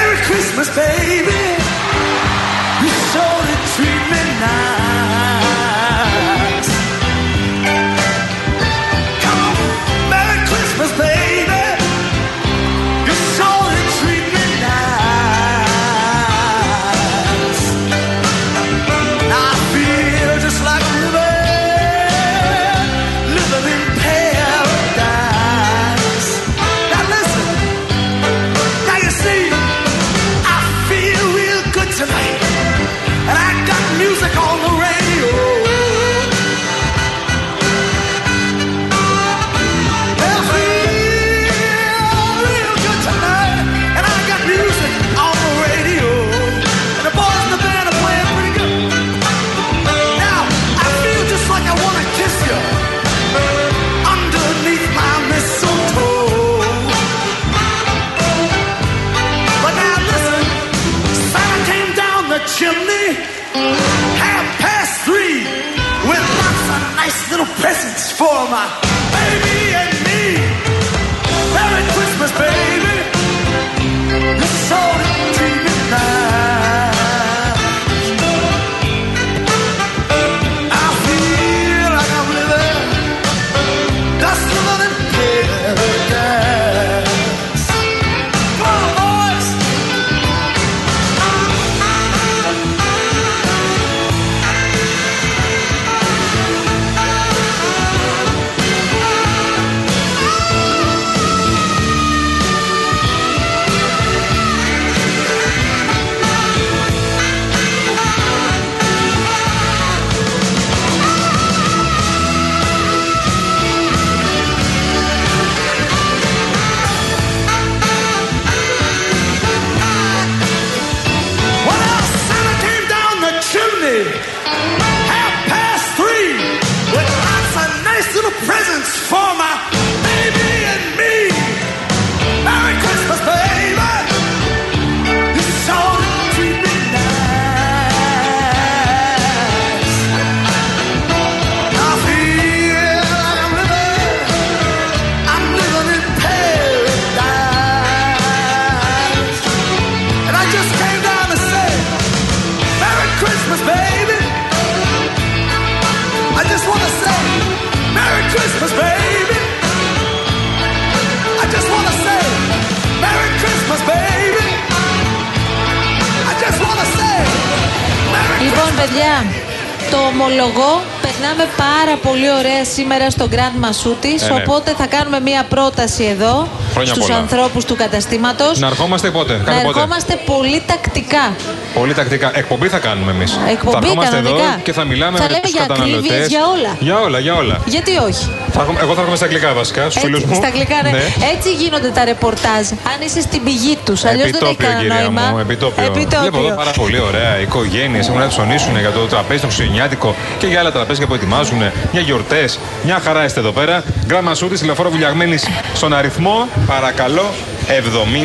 Cause baby, you sure did treat me nice. Come on, Merry Christmas, baby. You sure did treat me nice. I feel just like I'm living, living in paradise. Now listen, now you see, I feel real good tonight, and I got music on the radio. I feel real good tonight, and I got music on the radio, and the boys in the band are playing pretty good. Now I feel just like I wanna kiss you underneath my mistletoe. But now listen, Santa came down the chimney half past three with lots of nice little presents for my baby and me. Merry Christmas, baby. You so treat me nice. I feel like I'm living just another paradise. Come on, boys. When our Santa came down the chimney, half past three, with lots of nice little presents for my baby and me. Merry Christmas, baby. You sure did treat me nice. I feel like I'm living, I'm living in paradise. And I just came down to say, Merry Christmas, baby. I just want to say, Merry Christmas, baby. I just want to say, Merry Christmas, baby. I just want to say, Merry Λοιπόν, παιδιά, το ομολογώ. Περνάμε πάρα πολύ ωραία σήμερα στο Grand Masoutis. Ε, ναι. Οπότε θα κάνουμε μία πρόταση εδώ Χρόνια στους πολλά. ανθρώπους του καταστήματος. Να ερχόμαστε πότε, να κάθε πότε. ερχόμαστε πολύ τακτικά. Πολύ τακτικά. Εκπομπή θα κάνουμε εμείς. Εκπομπή, θα ερχόμαστε εδώ κανονικά. και θα μιλάμε Θα με λέμε τους για καταναλωτέ. ακρίβειες, για όλα. Για όλα, για όλα. Γιατί όχι. Θα έρχομαι- εγώ θα έρχομαι στα αγγλικά βασικά, στους φίλου Έτσι, μου. στα αγγλικά, ναι. Έτσι γίνονται τα ρεπορτάζ. Αν είσαι στην πηγή τους, αλλιώς δεν έχει Επιτόπιο, κανένα κυρία νόημα. μου. Επιτόπιο. Βλέπω εδώ πάρα πολύ ωραία οικογένειες. Έχουν να ψωνίσουν για το τραπέζι το χριστουγεννιάτικο και για άλλα τραπέζια που ετοιμάζουν για γιορτές. Μια χαρά είστε εδώ πέρα. Γκράμα σου τη λεωφόρο βουλιαγμένης στον αριθμό, παρακαλώ,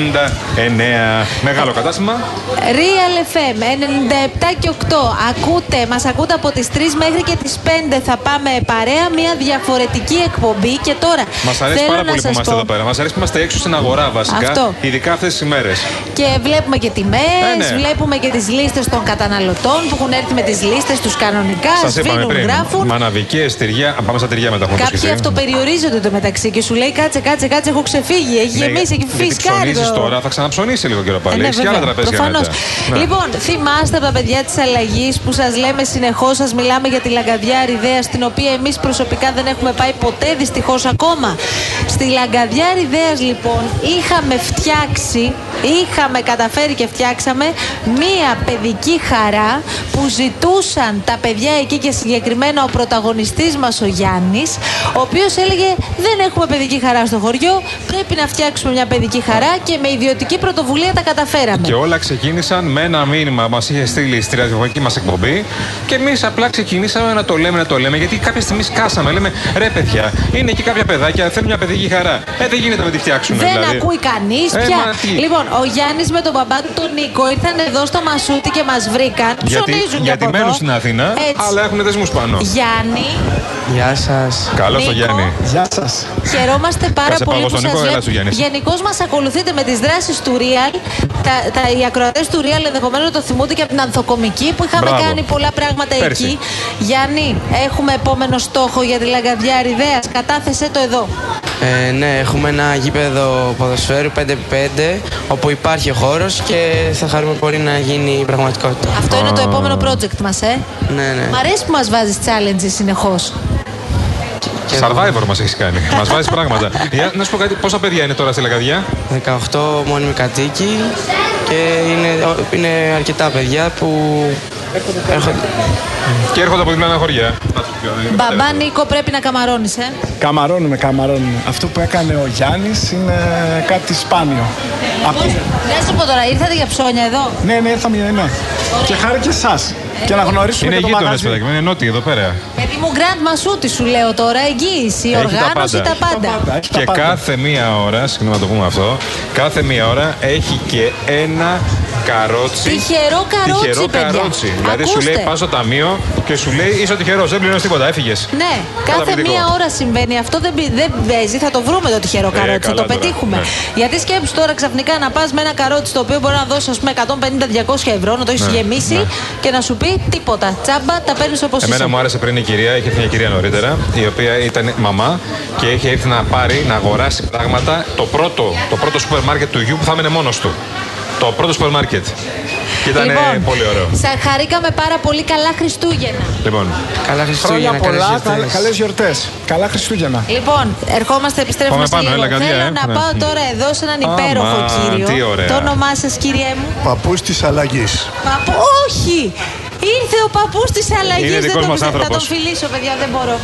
79. Μεγάλο κατάστημα. Real FM 97 και 8. Ακούτε, μας ακούτε από τις 3 μέχρι και τις 5. Θα πάμε παρέα, μια διαφορετική εκπομπή. Και τώρα. Μας αρέσει θέλω πάρα να πολύ που σας είμαστε πω, εδώ πέρα. Μας αρέσει που είμαστε έξω στην αγορά βασικά. Αυτό. Ειδικά αυτές τις μέρε. Και βλέπουμε και τιμές, Ε, ναι. βλέπουμε και τις λίστες των καταναλωτών που έχουν έρθει με τις λίστες τους κανονικά. Σας είπαμε σβήνουν, πριν. γράφουν. Μαναβικές, τυριά. Α, Πάμε στα τυριά μετά. έχουμε Κάποιοι υποσχεθεί. αυτοπεριορίζονται το μεταξύ και σου λέει κάτσε, κάτσε, κάτσε, έχω ξεφύγει. Έχει Ναι, γεμίσει, έχει γιατί φυσκάρει. ψωνίζεις το- τώρα, θα ξαναψωνίσει λίγο καιρό Ε, πάλι. ναι, Έχεις και βέβαια, άλλα τραπέζια προφανώς. Ναι. Λοιπόν, θυμάστε από τα παιδιά της αλλαγής που σας λέμε συνεχώς, σας μιλάμε για τη λαγκαδιά Ριδαία, στην οποία εμείς προσωπικά δεν έχουμε πάει ποτέ δυστυχώς ακόμα. Στη λαγκαδιά Ριδαία, λοιπόν, είχαμε φτιάξει, είχαμε καταφέρει και φτιάξαμε μία παιδική χαρά που ζητούσαν τα παιδιά εκεί και συγκεκριμένα ο πρωταγωνιστής μας ο Γιάννης ο οποίος έλεγε δεν έχουμε παιδική χαρά στο χωριό πρέπει να φτιάξουμε μια παιδική χαρά και με ιδιωτική πρωτοβουλία τα καταφέραμε. Και όλα ξεκίνησαν με ένα μήνυμα που μας είχε στείλει στη ραδιοφωνική μας εκπομπή. Και εμείς απλά ξεκινήσαμε να το λέμε, να το λέμε. Γιατί κάποια στιγμή σκάσαμε. Λέμε ρε παιδιά, είναι εκεί κάποια παιδάκια, θέλουν μια παιδική χαρά. Ε, δεν γίνεται να τη φτιάξουν. Δεν δηλαδή. ακούει κανείς Ε, πια. μα τι. λοιπόν, ο Γιάννης με τον μπαμπά του τον Νίκο ήρθαν εδώ στο Μασούτι και μας βρήκαν. γιατί, Ψωνίζουν και γιατί από μένουν εδώ. στην Αθήνα, Έτσι. αλλά έχουν δεσμούς πάνω. Γιάννη, Γεια σας. Καλώς Νίκο. το Γιάννη. Γεια σας. χαιρόμαστε πάρα Κάτσε, πάω πολύ εγώ που στον σας Νίκο, έλα βλέπω. σου, Γιάννης. Γενικώς μας ακολουθείτε με τις δράσεις του Real. τα, τα, οι ακροατές του Real ενδεχομένως το θυμούνται και από την Ανθοκομική που είχαμε Μπράβο. κάνει πολλά πράγματα Πέρσι. εκεί. Γιάννη, έχουμε επόμενο στόχο για τη Λαγκαδιά Ριδέα. Κατάθεσέ το εδώ. Ε, ναι, έχουμε ένα γήπεδο ποδοσφαίρου 5x5 όπου υπάρχει ο χώρος και θα χαρούμε πολύ να γίνει πραγματικότητα. Αυτό είναι το επόμενο project μας, ε. Ναι, ναι. Μ' αρέσει που μας βάζεις challenges συνεχώς. Και Survivor μας έχεις κάνει. μας βάζεις πράγματα. Για να σου πω κάτι, πόσα παιδιά είναι τώρα στη Λαγκαδιά. 18 μόνιμοι κατοίκοι και είναι, ο- είναι αρκετά παιδιά που έρχονται. Και έρχονται από διπλάνα χωριά. Μπαμπά Νίκο, πρέπει να καμαρώνεις, ε. Καμαρώνουμε, καμαρώνουμε. Αυτό που έκανε ο Γιάννης είναι κάτι σπάνιο. Από... Να Λοιπόν, σου πω τώρα, ήρθατε για ψώνια εδώ. Ναι, ναι, ήρθαμε για ναι. Και χάρη και εσάς. Και να γνωρίσουμε Είναι και το γείτονες, μαγαζί. παιδάκι μου, είναι νότιοι εδώ πέρα. Παιδί μου, Grand Μασούτη σου λέω τώρα, εγγύηση, Έχει τα οργάνωση, πάντα. τα πάντα. Πάντα, έχει τα Και πάντα. κάθε μία ώρα, συγγνώμη να το πούμε αυτό, κάθε μία ώρα έχει και ένα καρότσι. Τυχερό καρότσι, Τυχερό παιδιά. καρότσι. Δηλαδή σου Ακούστε. λέει πα στο ταμείο και σου λέει είσαι τυχερός, δεν πληρώνεις τίποτα, έφυγες. Ναι, κάθε Καταπληκτικό. μία ώρα συμβαίνει αυτό. Δεν, πη- δεν παίζει. Θα το βρούμε το τυχερό Ε, καρότσι. θα καλά το τώρα. πετύχουμε. Ναι. Γιατί σκέψου τώρα ξαφνικά να πας με ένα καρότσι το οποίο μπορεί να δώσει, ας πούμε, 150-200 ευρώ, να το Ναι, έχει γεμίσει και να σου πει τίποτα. Τσάμπα, τα παίρνεις όπως είσαι. Εμένα μου άρεσε πριν η κυρία, είχε έρθει μια κυρία νωρίτερα, η οποία ήταν μαμά και είχε έρθει να πάρει, να αγοράσει πράγματα το πρώτο, το πρώτο σούπερ μάρκετ του γιου που θα έμενε μόνος του. Το πρώτο σούπερ μάρκετ. Και ήταν λοιπόν, πολύ ωραίο. Σα χαρήκαμε πάρα πολύ. Καλά Χριστούγεννα. Λοιπόν, Καλά Χρόνια Χριστούγεννα, καλές πολλά, γιορτές. καλές γιορτές. Καλά Χριστούγεννα. Λοιπόν, ερχόμαστε, επιστρέφουμε Πάμε σε πάνω, λίγο. έλα, καρδιά, Θέλω ε. να Ναι. πάω τώρα εδώ σε έναν υπέροχο Αμάν, κύριο. τι ωραία. Το όνομά σας, κύριε μου. Παππούς της αλλαγής. Παππού, όχι! Ήρθε ο παππούς της αλλαγής. Είναι Δεν δικός τον μας πιστε- Θα τον άνθρωπος. φιλήσω, παιδιά, δεν μπορώ.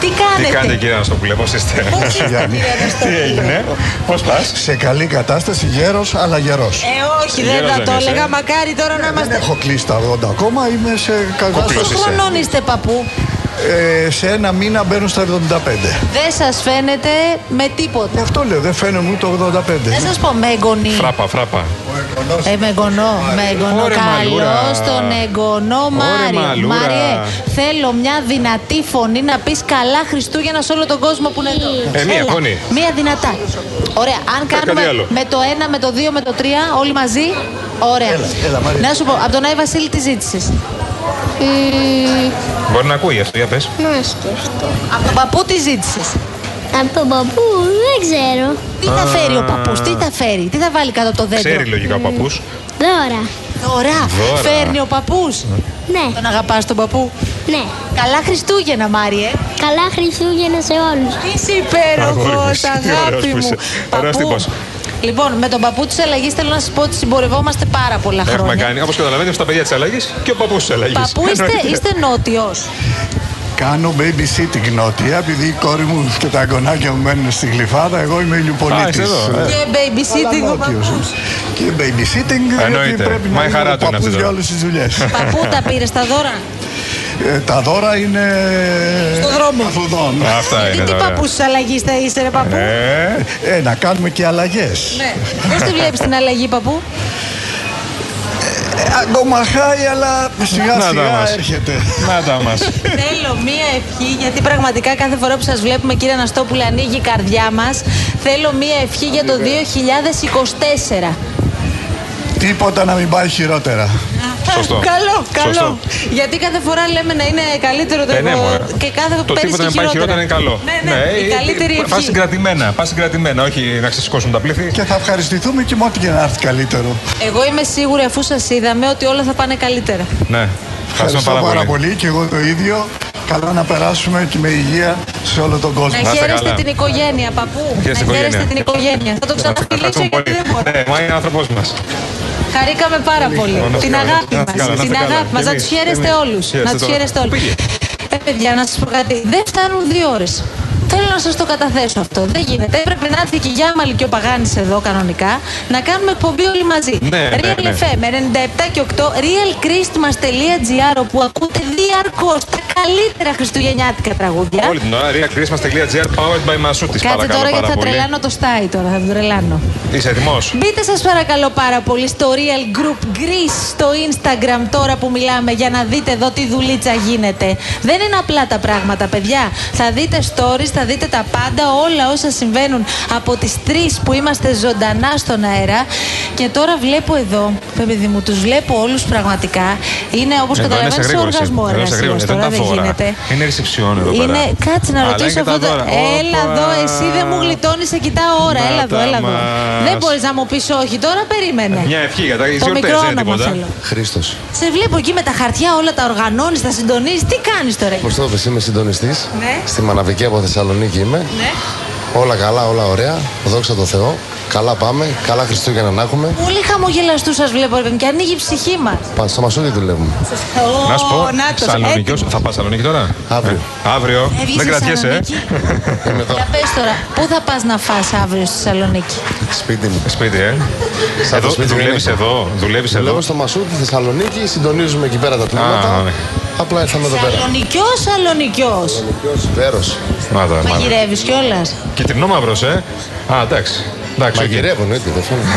Τι τι κάνετε, κάνετε κυρία Αναστοπούλε, πώς είστε. Πώς είστε, Γιάννη. κύριε Τι Αναστολή? έγινε, πώς πας. Σε καλή κατάσταση γέρος, αλλά γερός. Ε, όχι, δεν Γέρος θα δεν το είσαι. έλεγα. Μακάρι τώρα να Δεν είμαστε. έχω κλείσει τα 80 ακόμα, είμαι σε Πόσο κατάσταση. Κλείσες. χρονών είστε, παππού. Ε, σε ένα μήνα μπαίνω στα 75. Δεν σας φαίνεται με Γι' Ε? τίποτα. αυτό λέω, δεν φαίνομαι ούτε 85. Δεν σας πω με εγγονή. Φράπα, φράπα. Ο εγγονός- Ε, με εγγονό, με εγγονό. Ωρε, μαλούρα. Καλώ τον εγγονό Μάριο. μαλούρα. Μάριε, θέλω μια δυνατή φωνή να πεις καλά Χριστούγεννα σε όλο τον κόσμο που είναι εδώ. Ε, μία Έλα, φωνή. Μία δυνατά. Ωραία, αν κάτι κάνουμε άλλο. με το 1, με το 2, με το 3, όλοι μαζί. Ωραία. Έλα, έλα, Μαρία. να σου πω, από τον Άι Βασίλη τη ζήτησε. Μπορεί να ακούει αυτό, για πες. Να σκεφτώ. Από τον παππού τη ζήτησες. Από τον παππού δεν ξέρω. Τι θα φέρει ο παππούς, τι θα φέρει, τι θα βάλει κάτω από το δέντρο. Ξέρει λογικά ο παππούς. Δώρα. Ωραία, Δώρα. φέρνει ο παππούς. Ναι, Τον αγαπάς τον παππού. ναι. Καλά Χριστούγεννα, Μάριε. Καλά Χριστούγεννα σε όλους. Είσαι υπέροχος, Αγόρι μου, τι αγάπη ωραίος που μου. είσαι. Ωραίος Παππού. τύπος. Λοιπόν, με τον παππού της αλλαγής θέλω να σας πω ότι συμπορευόμαστε πάρα πολλά Έχουμε χρόνια. κάνει, όπως καταλαβαίνετε, στα παιδιά της αλλαγής και ο παππούς της αλλαγής. Παππού είστε, είστε νότιος. Κάνω babysitting νότια, επειδή η κόρη μου και τα αγγονάκια μου μένουν στη γλυφάδα, εγώ είμαι Α, ηλιοπολίτη. είσαι εδώ, ε. Και babysitting ο παππού. Και babysitting Εννοείται. γιατί πρέπει Μα να η είναι χαρά ο του είναι παππούς αυτή για τώρα. όλες τις δουλειές. Παππού τα πήρες τα δώρα. Ε, τα δώρα είναι... Στον δρόμο. καθοδόν. Αυτά είναι Γιατί τι τα ωραία. παππούς της αλλαγής θα είσαι, ρε παππού. Ε, Ε, να κάνουμε και αλλαγές. Ναι. Πώς τη βλέπεις την αλλαγή, παππού. Ναι. Ε, Ακόμα χάει, αλλά σιγά Να τα σιγά μας. έρχεται. Να τα μας. Θέλω μία ευχή, γιατί πραγματικά κάθε φορά που σας βλέπουμε, κύριε Αναστόπουλε, ανοίγει η καρδιά μας. Θέλω μία ευχή για το 2024. Τίποτα να μην πάει χειρότερα. Σωστό. Καλό, καλό. Σωστό. Γιατί κάθε φορά λέμε να είναι καλύτερο το Ε, ναι, μωρέ. και κάθε το παίρνεις τίποτα και να πάει χειρότερα είναι καλό. ε, Ναι, ναι, η καλύτερη Πα ευχή. συγκρατημένα, πας συγκρατημένα, όχι να ξεσηκώσουν τα πλήθη. Και θα ευχαριστηθούμε και με ό,τι και να έρθει καλύτερο. Εγώ είμαι σίγουρη αφού σας είδαμε ότι όλα θα πάνε καλύτερα. Ναι, ευχαριστώ πάρα, πολύ. και εγώ το ίδιο. Καλά να περάσουμε και με υγεία σε όλο τον κόσμο. Να είστε χαίρεστε καλά. την οικογένεια, παππού. Χαίρεστε την Να χαίρεστε την οικογένεια. οικογένεια. Θα το Να σε ξαναφιλήσω ευχαριστούμε γιατί δεν πολύ. μπορώ. Ναι, μα είναι άνθρωπος μας. Χαρήκαμε πάρα πολύ. Να είστε Την καλά, αγάπη να μα. είστε καλά, να Την είστε καλά. αγάπη μας. Και Να τους εμείς, χαίρεστε εμείς. όλους. Να Χαίρεστε τους τώρα. χαίρεστε όλους. Πού πήγε? Ε, παιδιά, να σας πω κάτι. Δεν φτάνουν δύο ώρες. Θέλω να σας το καταθέσω αυτό. Δεν γίνεται. Έπρεπε να έρθει και η Γιάμαλη και ο Παγάνης εδώ κανονικά να κάνουμε εκπομπή όλοι μαζί. Ναι, ναι, Real ναι. FM 97 και 8, realchristmas.gr όπου ακούτε διαρκώς τα καλύτερα χριστουγεννιάτικα τραγούδια. Όλη την ώρα, realchristmas.gr, powered by Masutis. Κάτσε Παρακαλώ τώρα γιατί πάρα θα πολύ. τρελάνω το στάι τώρα. Θα τον τρελάνω. Είσαι έτοιμος. Μπείτε σας παρακαλώ πάρα πολύ στο Real Group Greece στο Instagram τώρα που μιλάμε για να δείτε εδώ τι δουλίτσα γίνεται. Δεν είναι απλά τα πράγματα παιδιά. Θα δείτε stories, θα δείτε τα πάντα, όλα όσα συμβαίνουν από τις 3 που είμαστε ζωντανά στον αέρα Και τώρα βλέπω εδώ, ρε παιδί μου, τους βλέπω όλους πραγματικά. Είναι όπως Εδώ καταλαβαίνει, σε γρήγορση. οργασμός Εδώ σε εργασία γρήγορση. τώρα Δεν δεν τα δώρα. γίνεται. Είναι ρεσεψιόν εδώ πέρα. Είναι, κάτσε να Αλλά ρωτήσω είναι και τα αυτό. Το... δώρα. Έλα Όπα. εδώ, εσύ δεν μου γλιτώνεις, σε κοιτάω ώρα. Να έλα εδώ, τα έλα εδώ. μας. Ε, Δεν μπορείς να μου πεις όχι, τώρα περίμενε. Μια ευχή για τα Το γιορτέ, μικρό δεν είναι όνομα τίποτα. θέλω. Χρήστος. Σε βλέπω εκεί με τα χαρτιά όλα τα οργανώνεις, τα συντονίζεις. Τι κάνεις τώρα. Πώς το είπες, είμαι συντονιστής. Ναι. Στη Μαναβική από Θεσσαλονίκη είμαι. Ναι. Όλα καλά, όλα ωραία. Δόξα τω Θεώ. Καλά πάμε. Καλά Χριστούγεννα να έχουμε. Πολύ χαμογελαστούς σας βλέπω, ρε παιδί μου, και ανοίγει η ψυχή μας. Πα- Στο Μασούδι δουλεύουμε. Να σου πω, Ε, Σαλονικιός, θα πας Σαλονίκη τώρα. Αύριο. Ε, αύριο. Έβγες Δεν στη κρατιέσαι, ε. Θεσσαλονίκη. Είμαι εδώ. Για πες τώρα, πού θα πας να φας αύριο στη Θεσσαλονίκη. Σπίτι μου. Σπίτι, ε. Σαν το Εδώ σπίτι μου δουλεύεις είναι. εδώ, δουλεύεις εδώ. Δουλεύω στο Μασούδι Θεσσαλονίκη. Συντονίζουμε εκεί πέρα τα Α, τμήματα. ναι. Απλά ήρθαμε εδώ πέρα. Σαλονικιός, Σαλονικιός. Βέρο. Να τα, μάλλον. Μαγειρεύεις κιόλα. Κιτρινό μαύρος, ε. Α, εντάξει. Εντάξει, οκ. Μαγειρεύουν, έτσι δεν φαίνεται.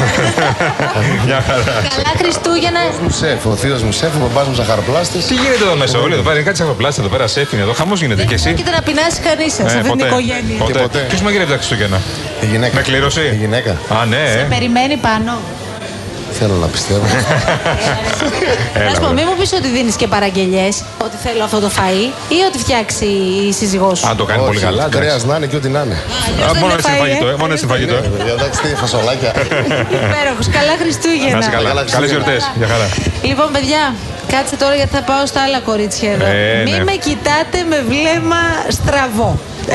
Μια χαρά. Καλά Χριστούγεννα. Μου σεφ, ο θείος μου σεφ, ο παπά μου ζαχαροπλάστης. Τι γίνεται εδώ μέσα, όλοι εδώ πέρα, είναι κάτι σαφοπλάστα εδώ πέρα, σεφ είναι εδώ, χαμός γίνεται και εσύ. Πρόκειται να πεινάσει κανείς σας, Ε, αυτή την ποτέ. οικογένεια. Και ποτέ. Ποτέ. Ποιος μαγειρεύει τα Χριστούγεννα. Η γυναίκα. Με κλήρωση. Η γυναίκα. Α, ναι, ε. Περιμένει πάνω. Θέλω να πιστεύω. Να σου πω, βρε. μην μου πεις ότι δίνεις και παραγγελίε, ότι θέλω αυτό το φαΐ ή ότι φτιάξει η σύζυγός σου. Αν το κάνει πολύ καλά, εντάξει. Κρέας να είναι και ό,τι να είναι. Αλλιώς Α, δεν Μόνο είναι εσύ φαΐ, φαγητό, ε. ε, μόνο εσύ φαγητό. ε. Ε, παιδιά, Εντάξει, τι φασολάκια. Υπέροχος. Καλά Να είσαι Χριστούγεννα. καλά. Καλά Καλές γιορτέ. Για χαρά. Λοιπόν, παιδιά, κάτσε τώρα γιατί θα πάω στα άλλα κορίτσια εδώ. Ε, Μην ναι. με κοιτάτε με βλέμμα στραβό.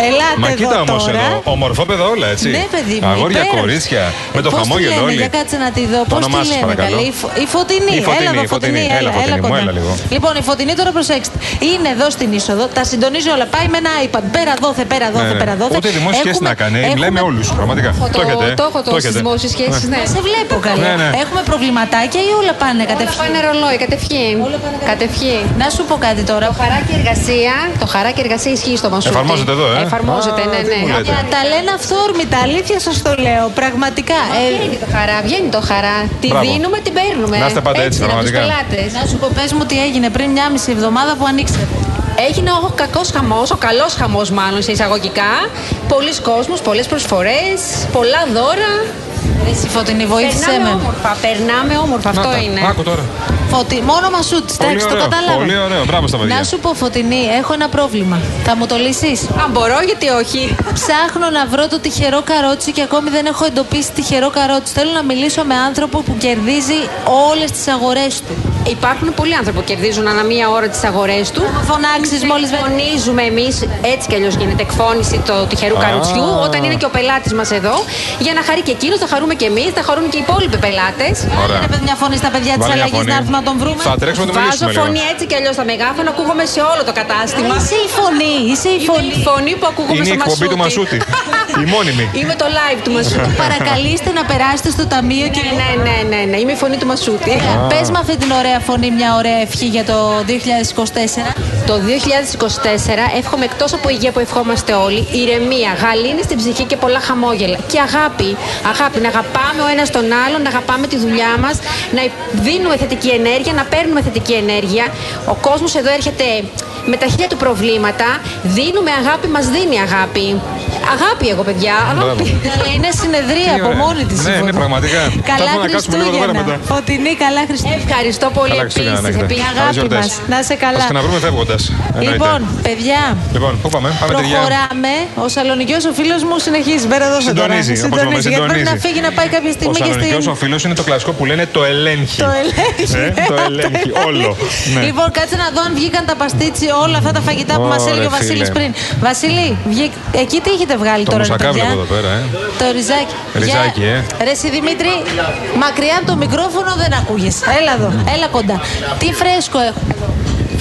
Ελάτε Μα εδώ κοίτα όμως τώρα. εδώ, ομορφόπεδα όλα έτσι. Ναι, παιδί μου. Αγόρια, υπέροχη. κορίτσια, με το Πώς τη χαμόγελο λένε, όλοι. Για κάτσε να τη δω. Το Πώς τη όνομά σας, λένε, παρακαλώ. καλή. Η, Φω- η φωτεινή. Η Φωτεινή, έλα εδώ, η Φωτεινή. φωτεινή. Έλα, Φωτεινή μου, κοντά. έλα λίγο. Λοιπόν, η φωτεινή τώρα προσέξτε. Είναι εδώ στην είσοδο, τα συντονίζει όλα. Πάει με ένα iPad. Πέρα δόθε, πέρα Ναι, δόθε, ναι. πέρα δόθε. Ούτε δημόσια σχέση να κάνει. Μιλάει με όλους. Πραγματικά. Το έχετε. ε. Το έχω το στι έχετε. δημόσιες σχέσεις. Ναι. Σε βλέπω καλά. Ναι, ναι. Έχουμε προβληματάκια ή όλα πάνε Όλα κατευθείαν. πάνε ρολόι, κατευχή. Όλα πάνε Κατευχή. Να σου πω κάτι τώρα. Το χαρά και εργασία, το χαρά και εργασία ισχύει στο Μασούτη. Εφαρμόζεται εδώ, ε. Εφαρμόζεται, Α, ναι, τι μου ναι. λέτε. Για τα λένε αυθόρμητα, αλήθεια σας το λέω. Πραγματικά. Ε, Βγαίνει το χαρά, βγαίνει το χαρά. Τη Μπράβο. δίνουμε, την παίρνουμε. Να είστε πάντα έτσι, από τους πραγματικά. πελάτες. Ε, να σου πω, πες μου τι έγινε πριν μια μισή εβδομάδα που ανοίξατε. Έγινε ο κακός χαμός, ο καλός χαμός μάλλον σε εισαγωγικά. Πολλοί κόσμοι, πολλές προσφορές, πολλά δώρα. Εσύ φωτεινή, βοήθησε περνάμε με. όμορφα, περνάμε όμορφα, Να αυτό τα. είναι. Άκου τώρα. Φωτι... Μόνο μασούτη, Πολύ εντάξει, το ωραίο, καταλάβα. πολύ ωραίο, μπράβο στα παιδιά. Να σου πω, φωτεινή, έχω ένα πρόβλημα. Θα μου το λύσεις. Αν μπορώ, γιατί όχι. Ψάχνω να βρω το τυχερό καρότσι και ακόμη δεν έχω εντοπίσει τυχερό καρότσι. Θέλω να μιλήσω με άνθρωπο που κερδίζει όλες τις αγορές του. Υπάρχουν πολλοί άνθρωποι που κερδίζουν ανά μία ώρα τις αγορές του. Θα φωνάξεις μόλις βρε- Εκφωνίζουμε εμείς, έτσι κι αλλιώς γίνεται εκφώνηση του τυχερού καρουτσιού, όταν είναι και ο πελάτης μας εδώ, για να χαρεί και εκείνος, θα χαρούμε και εμείς, θα χαρούν και οι υπόλοιποι πελάτες. Ωραία. Ρε παιδιά, μια φωνή στα παιδιά της Βάλε μια αλλαγής φωνή. να έρθουμε να τον βρούμε. Θα τρέξουμε να το Βάζω μιλήσουμε φωνή λίγο. έτσι κι αλλιώς στα μεγάφωνα, ακούγομαι σε όλο το κατάστημα. Είσαι η φωνή, είσαι η Είμαι φωνή. η φωνή που ακούγομαι Είναι η στο εκπομπή του Μασούτη. Η μόνιμη. Είμαι το live του Μασούτη. Παρακαλείστε να περάσετε στο ταμείο και ναι, ναι, ναι, ναι, ναι, είμαι η φωνή του Μασούτη. Πες με αυτή την ωραία φωνή, μια ωραία ευχή για το 2024. Το 2024 εύχομαι εκτός από υγεία που ευχόμαστε όλοι, ηρεμία, γαλήνη στην ψυχή και πολλά χαμόγελα. Και αγάπη. Αγάπη. Να αγαπάμε ο ένας τον άλλον, να αγαπάμε τη δουλειά μας, να δίνουμε θετική ενέργεια, να παίρνουμε θετική ενέργεια. Ο κόσμος εδώ έρχεται με τα χίλια του προβλήματα. Δίνουμε αγάπη, μας δίνει αγάπη. Αγάπη, εγώ παιδιά. Αγάπη. Καλά, Είναι συνεδρία Τι από ωραία. μόνη της. Ναι, ναι, πραγματικά. Θα Καλά έρθουμε να κάτσουμε λίγο εδώ πέρα Χριστούγεννα. μετά. Φωτεινή, καλά Χριστούγεννα. Ευχαριστώ πολύ Καλά επίσης. Χριστούγεννα να έχετε. η Καλές αγάπη γιορτές. μας. Να είσαι καλά. Θα σας ξαναβρούμε φεύγοντας. Λοιπόν, παιδιά, Λοιπόν, πού πάμε, πάμε ταιριά. προχωράμε. Ο Σαλονικιός ο φίλος μου συνεχίζει. Πέρα εδώ Συντονίζει, όπως Συντονίζει. λέμε, Γιατί πρέπει να συντονίζει. φύγει να πάει κάποια Ο στιγμή και Σαλονικιός ο στην. φίλος είναι το κλασικό που λένε το ελέγχει. Το ελέγχει. Ε, το ελέγχει, όλο. Ναι. Λοιπόν, κάτσε να δω αν βγήκαν τα παστίτσι όλα αυτά τα φαγητά που Ω, μας έλεγε ρε, ο Βασίλη φίλε. πριν. Βασίλη, βγήκ- εκεί τι έχετε βγάλει Το τώρα, ρε μουσακάβλο παιδιά. εδώ πέρα, ε. Το ριζάκι. Ριζάκι, Για- ε. Ρε εσύ Δημήτρη, μακριά από το μικρόφωνο δεν ακούγεσαι. Έλα εδώ, έλα κοντά. Τι φρέσκο έχουμε.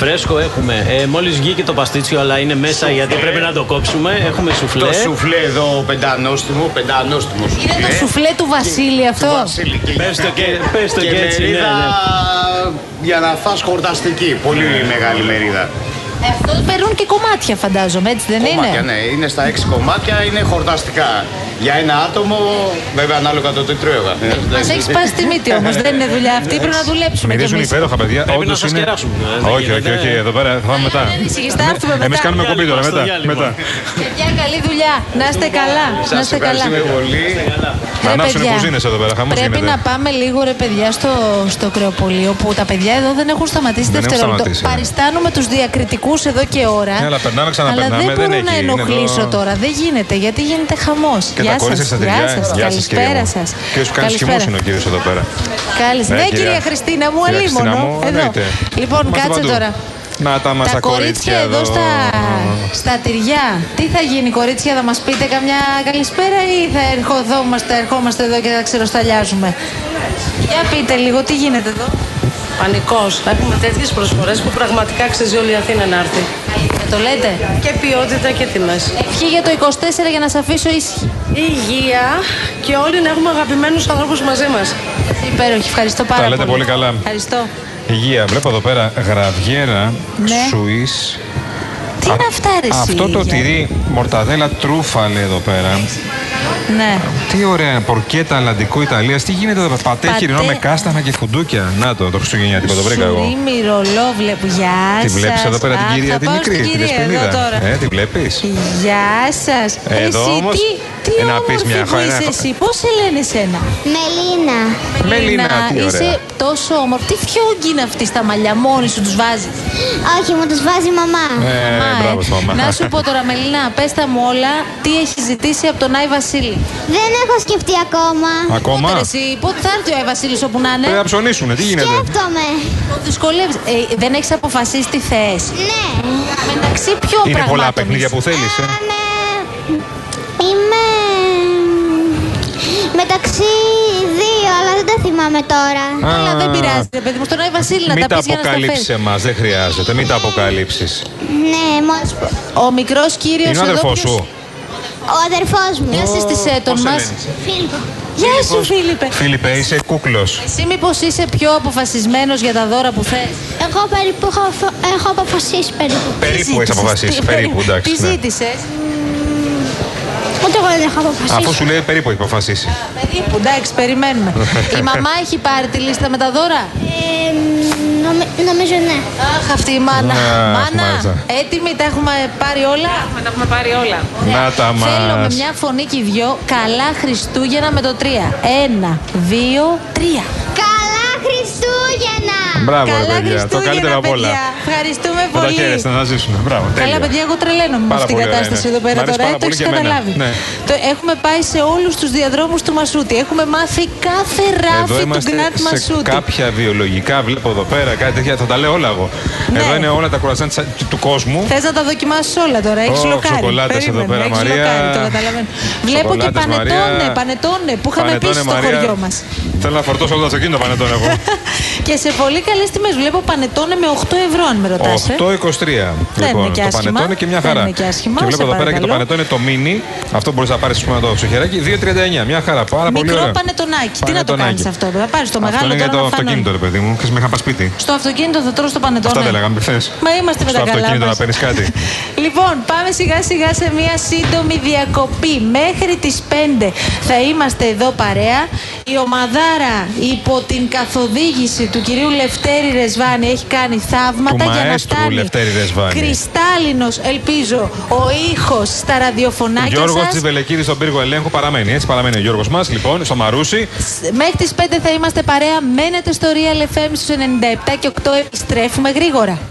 Φρέσκο έχουμε. Ε, Μόλις βγήκε το παστίτσιο, αλλά είναι μέσα γιατί πρέπει να το κόψουμε. Έχουμε σουφλέ. Το σουφλέ εδώ πεντανόστιμο, πεντανόστιμο σουφλέ. Ε, Είναι το σουφλέ του Βασίλη Του αυτό. Βασίλη και Πες το και, πες το και και έτσι. ναι, μερίδα ναι. για να φας χορταστική. Πολύ μεγάλη μερίδα. Αυτός περνούν και κομμάτια, φαντάζομαι, έτσι δεν Κομμάτια, είναι. ναι. Είναι στα έξι κομμάτια, είναι χορταστικά. Για ένα άτομο, βέβαια ανάλογα το τι τρώγα. Ε, Μας έχεις σπάσει τη μύτη όμως. δεν είναι δουλειά αυτή. Πρέπει να δουλέψουμε κι Μυρίζουν εμείς. υπέροχα, παιδιά. Πρέπει να Όντως σας είναι- κεράσουμε, ε, δεν Όχι, όχι, γίνεται. όχι. Εδώ πέρα θα πάμε Ε, μετά. ανησυχείς, θα έρθουμε μετά. Εμείς κάνουμε κομπή τώρα. Στο Μετά. διάλειμμα. Ε, μετά. Παιδιά, καλή δουλειά. Να είστε καλά. Να Σας είστε καλά. ευχαριστούμε πολύ. Να Ρε, ανάψουν οι παιδιά, κουζίνες εδώ πέρα. Χαμός Πρέπει γίνεται. να πάμε λίγο ρε παιδιά στο, στο κρεοπολείο που τα παιδιά εδώ δεν έχουν σταματήσει Δεν έχουν δευτερόλεπτο. σταματήσει. Παριστάνουμε τους διακριτικούς εδώ και ώρα. Ναι, αλλά περνάμε, ξαναπερνάμε, Αλλά δεν δεν μπορώ έχει, να είναι ενοχλήσω εδώ. τώρα. Δεν γίνεται γιατί γίνεται χαμός. Και τα κόλλησε στα τυριά. Γεια σας. Γεια σας, κύριε μου. Καλησπέρα σας. Κύριος που κάνεις χυμούς είναι ο κύριος εδώ πέρα. Καλησπέρα. Ναι, Ναι, κυρία. κυρία Χριστίνα μου, Κυρία Χριστίνα μου, αλίμονο. Εδώ. εννοείται. Λοιπόν, Είμαστε κάτσε παντού. τώρα. Να τα μας Τα κορίτσια εδώ στα, στα τυριά. Τι θα γίνει, κορίτσια, θα μας πείτε καμιά καλησπέρα ή θα ερχόμαστε, ερχόμαστε εδώ και θα ξεροσταλιάζουμε. Για πείτε λίγο, τι γίνεται εδώ. Πανικός. Έχουμε τέτοιες προσφορές που πραγματικά αξίζει όλη η Αθήνα να έρθει. Το λέτε. Και ποιότητα και τιμές. Ευχή για το 24 για να σε αφήσω ήσυχη. Υγεία και όλοι να έχουμε αγαπημένους ανθρώπους μαζί μας. Υπέροχη, ευχαριστώ πάρα λέτε πολύ καλά. Ευχαριστώ. Υγεία. Βλέπω εδώ πέρα γραβιέρα Ναι. Σουής. Τι είναι αυτά, ρε, εσύ, Αυτό το Γιάννη? τυρί μορταδέλα τρούφα λέει εδώ πέρα. Ναι. Τι ωραία πορκέτα αλλαντικό Ιταλίας. Τι γίνεται εδώ πέρα. Πατέ Πατέ. χοιρινό με κάστανα και φουντούκια. Να το, το Χριστουγεννιάτικο το βρήκα εγώ. Σουρίμι, ρολό, βλέπω. Γεια Τη σας. βλέπεις εδώ πέρα την Αχ, κυρία θα τη πάω μικρή, στην τη κυρία εδώ δεσπινίδα. τώρα. Ε, τη βλέπεις. Γεια σας. Εδώ εσύ όμως, τι, τι ε, να να πεις μια που χώρα, είσαι ένα- εσύ, πώς σε λένε εσένα. Μελίνα. Μελίνα, τι ωραία. είσαι τόσο όμορφη. Τι φιόγκι είναι αυτή στα μαλλιά, μόνη σου τους βάζεις. Όχι, μου τους βάζει η μαμά. Ε, Μαμά, μπράβο ε. στη μαμά. Να σου πω τώρα, Μελίνα, πες τα μου όλα, τι έχεις ζητήσει από τον Άι Βασίλη. Δεν έχω σκεφτεί ακόμα. Ακόμα? Πότε, ρε, ε. εσύ, πότε θα έρθει ο Άι Βασίλης όπου να είναι. Πρέπει να ψωνίσουνε, τι γίνεται. Σκέφτομαι. Το δυσκολεύεις. Ε, δεν έχεις αποφασίσει τι θες. Ναι. Μεταξύ ποιων Είναι πραγμάτων. πολλά παιχνίδια που θέλεις. Ε. Είμαι μεταξύ δύο, αλλά δεν τα θυμάμαι τώρα. Α, Αλλά δεν πειράζει, ρε παιδί μου. Στον Άι Βασίλη να Μην τα τα πεις για να στα φέρεις. αποκαλύψει εμάς, δεν χρειάζεται. Μην τα αποκαλύψεις. Ναι, μόνο Ο μικρός κύριος. Είναι ο αδερφό σου. ο αδερφός μου. Μια ε, συστησέ τον Πώς σε μας. λένε? Γεια σου, Φίλιππε. Φίλιππε, είσαι κούκλος. Εσύ μήπως είσαι πιο αποφασισμένος για τα δώρα που θες. Εγώ περίπου έχω, έχω αποφασίσει περίπου. Περίπου έχεις αποφασίσει. Περίπου, εντάξει. Τι ναι. ζήτησε. Ούτε εγώ δεν έχω αποφασίσει. Αφού σου λέει περίπου έχει αποφασίσει. Περίπου, εντάξει, περιμένουμε. Η μαμά έχει πάρει τη λίστα με τα δώρα. Ε, νομι- νομίζω ναι. Αχ, αυτή η μάνα. Αχ, Μάνα, μάλιστα. έτοιμοι, τα έχουμε πάρει όλα. Να έχουμε πάρει όλα. Να τα Θέλω με μα. Ναι. μια φωνή και οι δυο καλά Χριστούγεννα με το τρία. Ένα, δύο, τρία. Καλά Χριστούγεννα! Μπράβο, ρε Καλά παιδιά. Το Χριστούγεννα, καλύτερο από όλα. παιδιά. Ευχαριστούμε Να τα πολύ. χαίρεστε, να ζήσουμε. Μπράβο, τέλεια. Καλά, παιδιά, εγώ τρελαίνομαι με Πάρα αυτή την πολύ ωραία κατάσταση είναι. εδώ Μ' πέρα αρέσει τώρα. Ε, πάρα Το πολύ έχεις και εμένα. καταλάβει. Ναι. Το έχουμε πάει σε όλους τους διαδρόμους του Μασούτη. Έχουμε μάθει κάθε Εδώ ράφι του είμαστε Γκραντ σε Μασούτη. κάποια βιολογικά, βλέπω εδώ πέρα κάτι τέτοια, θα τα λέω όλα εγώ. Ναι. Εδώ είναι όλα τα κουρασάν του κόσμου. Θες να τα δοκιμάσεις όλα τώρα. Έχεις Ω, λοκάρι. σοκολάτες εδώ Περίμενε, πέρα, έχεις Μαρία. λοκάρι, το καταλαβαίνω. Βλέπω και Σοκολάτες, πανετόνε, Μαρία. πανετόνε που είχαμε πει Πανετώνε, στο Μαρία. χωριό μας. Θέλω να φορτώσω όλο το αυτοκίνητο πανετών εγώ. Και σε πολύ καλές τιμές. Βλέπω πανετόνε με 8 ευρώ, αν με ε. ρωτά. 8,23. Δεν Λοιπόν, είναι και το άσχημα. πανετόνε και μια Δεν χαρά. είναι και άσχημα, σε βλέπω εδώ πέρα και το παρακαλώ. πανετόνε το μίνι. Αυτό μπορείς να πάρεις πούμε το ψυχεράκι. 2,39. Μια χαρά. Πάρα πολύ Μικρό ωραία. πανετονάκι. Τι να το κάνει Πανετονάκι. αυτό. Θα πάρεις το Αυτό μεγάλο είναι για τώρα το να φανώνει. αυτοκίνητο, ρε παιδί μου. Χθε με είχα πάει σπίτι. Στο αυτοκίνητο θα τρώω το ναι. πανετόνε. Αυτά τα λέγαμε χθες. Μα είμαστε με Στο τα καλά αυτοκίνητο να μας. παίρνεις κάτι. Λοιπόν, πάμε σιγά σιγά σε μια σύντομη διακοπή. Μέχρι τις 5 θα είμαστε εδώ παρέα. Η ομαδάρα υπό την καθοδήγηση του κυρίου Λευτέρη Ρεσβάνη έχει κάνει θαύματα Του για να μαέστρου φτάνει Λευτέρη Ρεσβάνη. κρυστάλλινος, ελπίζω, ο ήχος στα ραδιοφωνάκια Γιώργος σας. Τσιβελεκίδης στον πύργο ελέγχου παραμένει. Έτσι παραμένει ο Γιώργος μας, λοιπόν, στο Μαρούσι. Μέχρι τις 5 θα είμαστε παρέα. Μένετε στο Real FM στους 97 και 8 επιστρέφουμε γρήγορα.